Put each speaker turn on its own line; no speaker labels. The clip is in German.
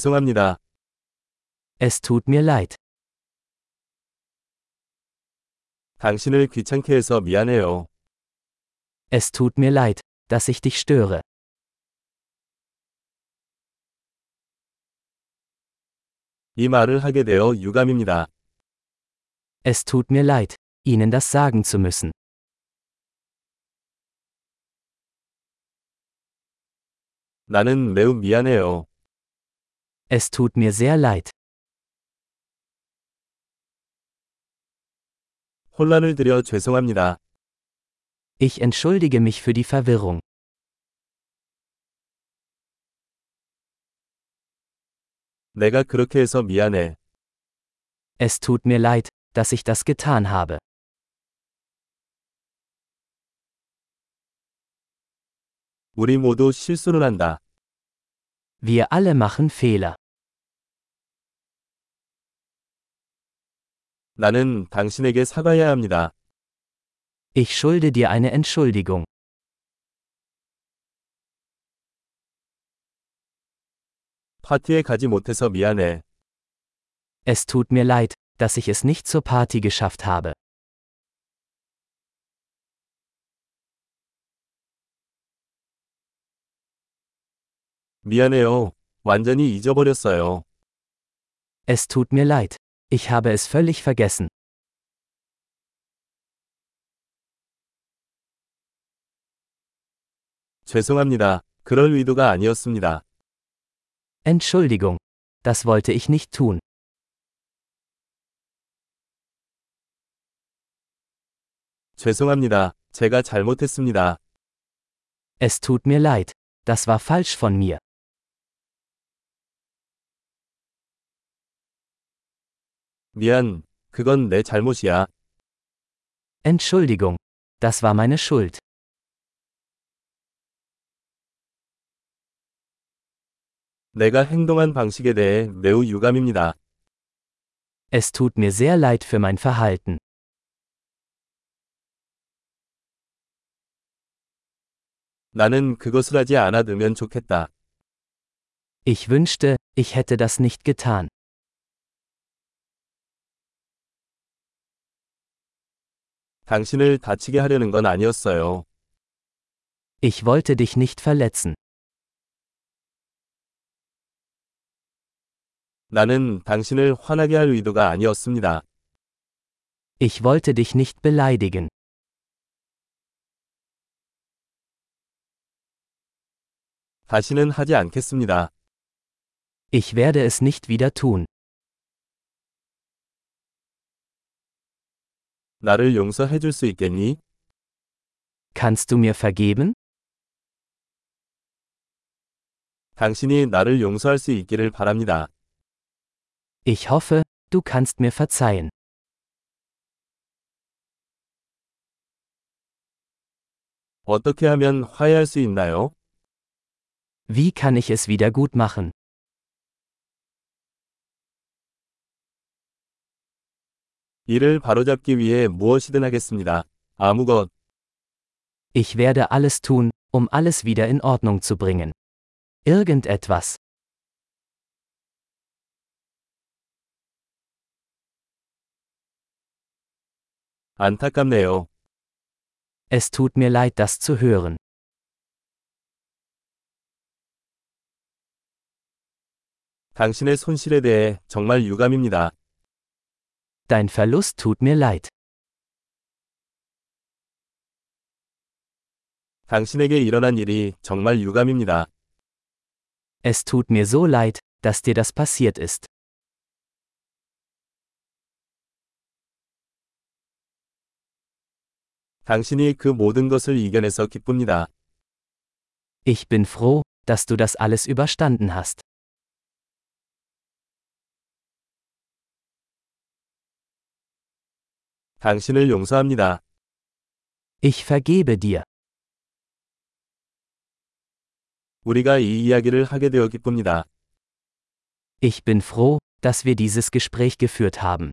죄송합니다.
Es tut mir leid.
당신을 귀찮게 해서 미안해요.
Es tut mir leid, dass ich dich störe.
이 말을 하게 되어 유감입니다.
Es tut mir leid, Ihnen das sagen zu müssen.
나는 매우 미안해요.
Es tut mir sehr leid.
혼란을 드려 죄송합니다.
Ich entschuldige mich für die Verwirrung.
내가 그렇게 해서 미안해.
Es tut mir leid, dass ich das getan habe.
우리 모두 실수를 한다.
Wir alle machen Fehler.
나는 당신에게 사과해야 합니다.
Ich schulde dir eine Entschuldigung.
파티에 가지 못해서 미안해.
Es tut mir leid, dass ich es nicht zur Party geschafft habe.
미안해요. 완전히 잊어버렸어요.
Es tut mir leid. Ich habe es völlig vergessen.
죄송합니다. 그럴 의도가 아니었습니다.
Entschuldigung. Das wollte ich nicht tun.
죄송합니다. 제가 잘못했습니다.
Es tut mir leid. Das war falsch von mir.
미안. 그건 내 잘못이야.
Entschuldigung. Das war meine Schuld.
내가 행동한 방식에 대해 매우 유감입니다.
Es tut mir sehr leid für mein Verhalten.
나는 그것을 하지 않아두면 좋겠다.
Ich wünschte, ich hätte das nicht getan.
당신을 다치게 하려는 건 아니었어요.
Ich wollte dich nicht verletzen.
나는 당신을 화나게 할 의도가 아니었습니다.
Ich wollte dich nicht beleidigen.
다시는 하지 않겠습니다.
Ich werde es nicht wieder tun.
나를 용서해 줄 수 있겠니?
Kannst du mir vergeben?
당신이 나를 용서할 수 있기를 바랍니다.
Ich hoffe, du kannst mir verzeihen.
어떻게 하면 화해할 수 있나요?
Wie kann ich es wieder gut machen?
이를 바로잡기 위해 무엇이든 하겠습니다. 아무것.
Ich werde alles tun, um alles wieder in Ordnung zu bringen. Irgendetwas.
안타깝네요.
Es tut mir leid, das zu hören.
당신의 손실에 대해 정말 유감입니다.
Dein Verlust tut mir leid.
당신에게 일어난 일이 정말 유감입니다.
Es tut mir so leid, dass dir das passiert ist.
당신이 그 모든 것을 이겨내서 기쁩니다.
Ich bin froh, dass du das alles überstanden hast.
당신을 용서합니다.
Ich vergebe dir.
우리가 이 이야기를 하게 되어 기쁩니다.
Ich bin froh, dass wir dieses Gespräch geführt haben.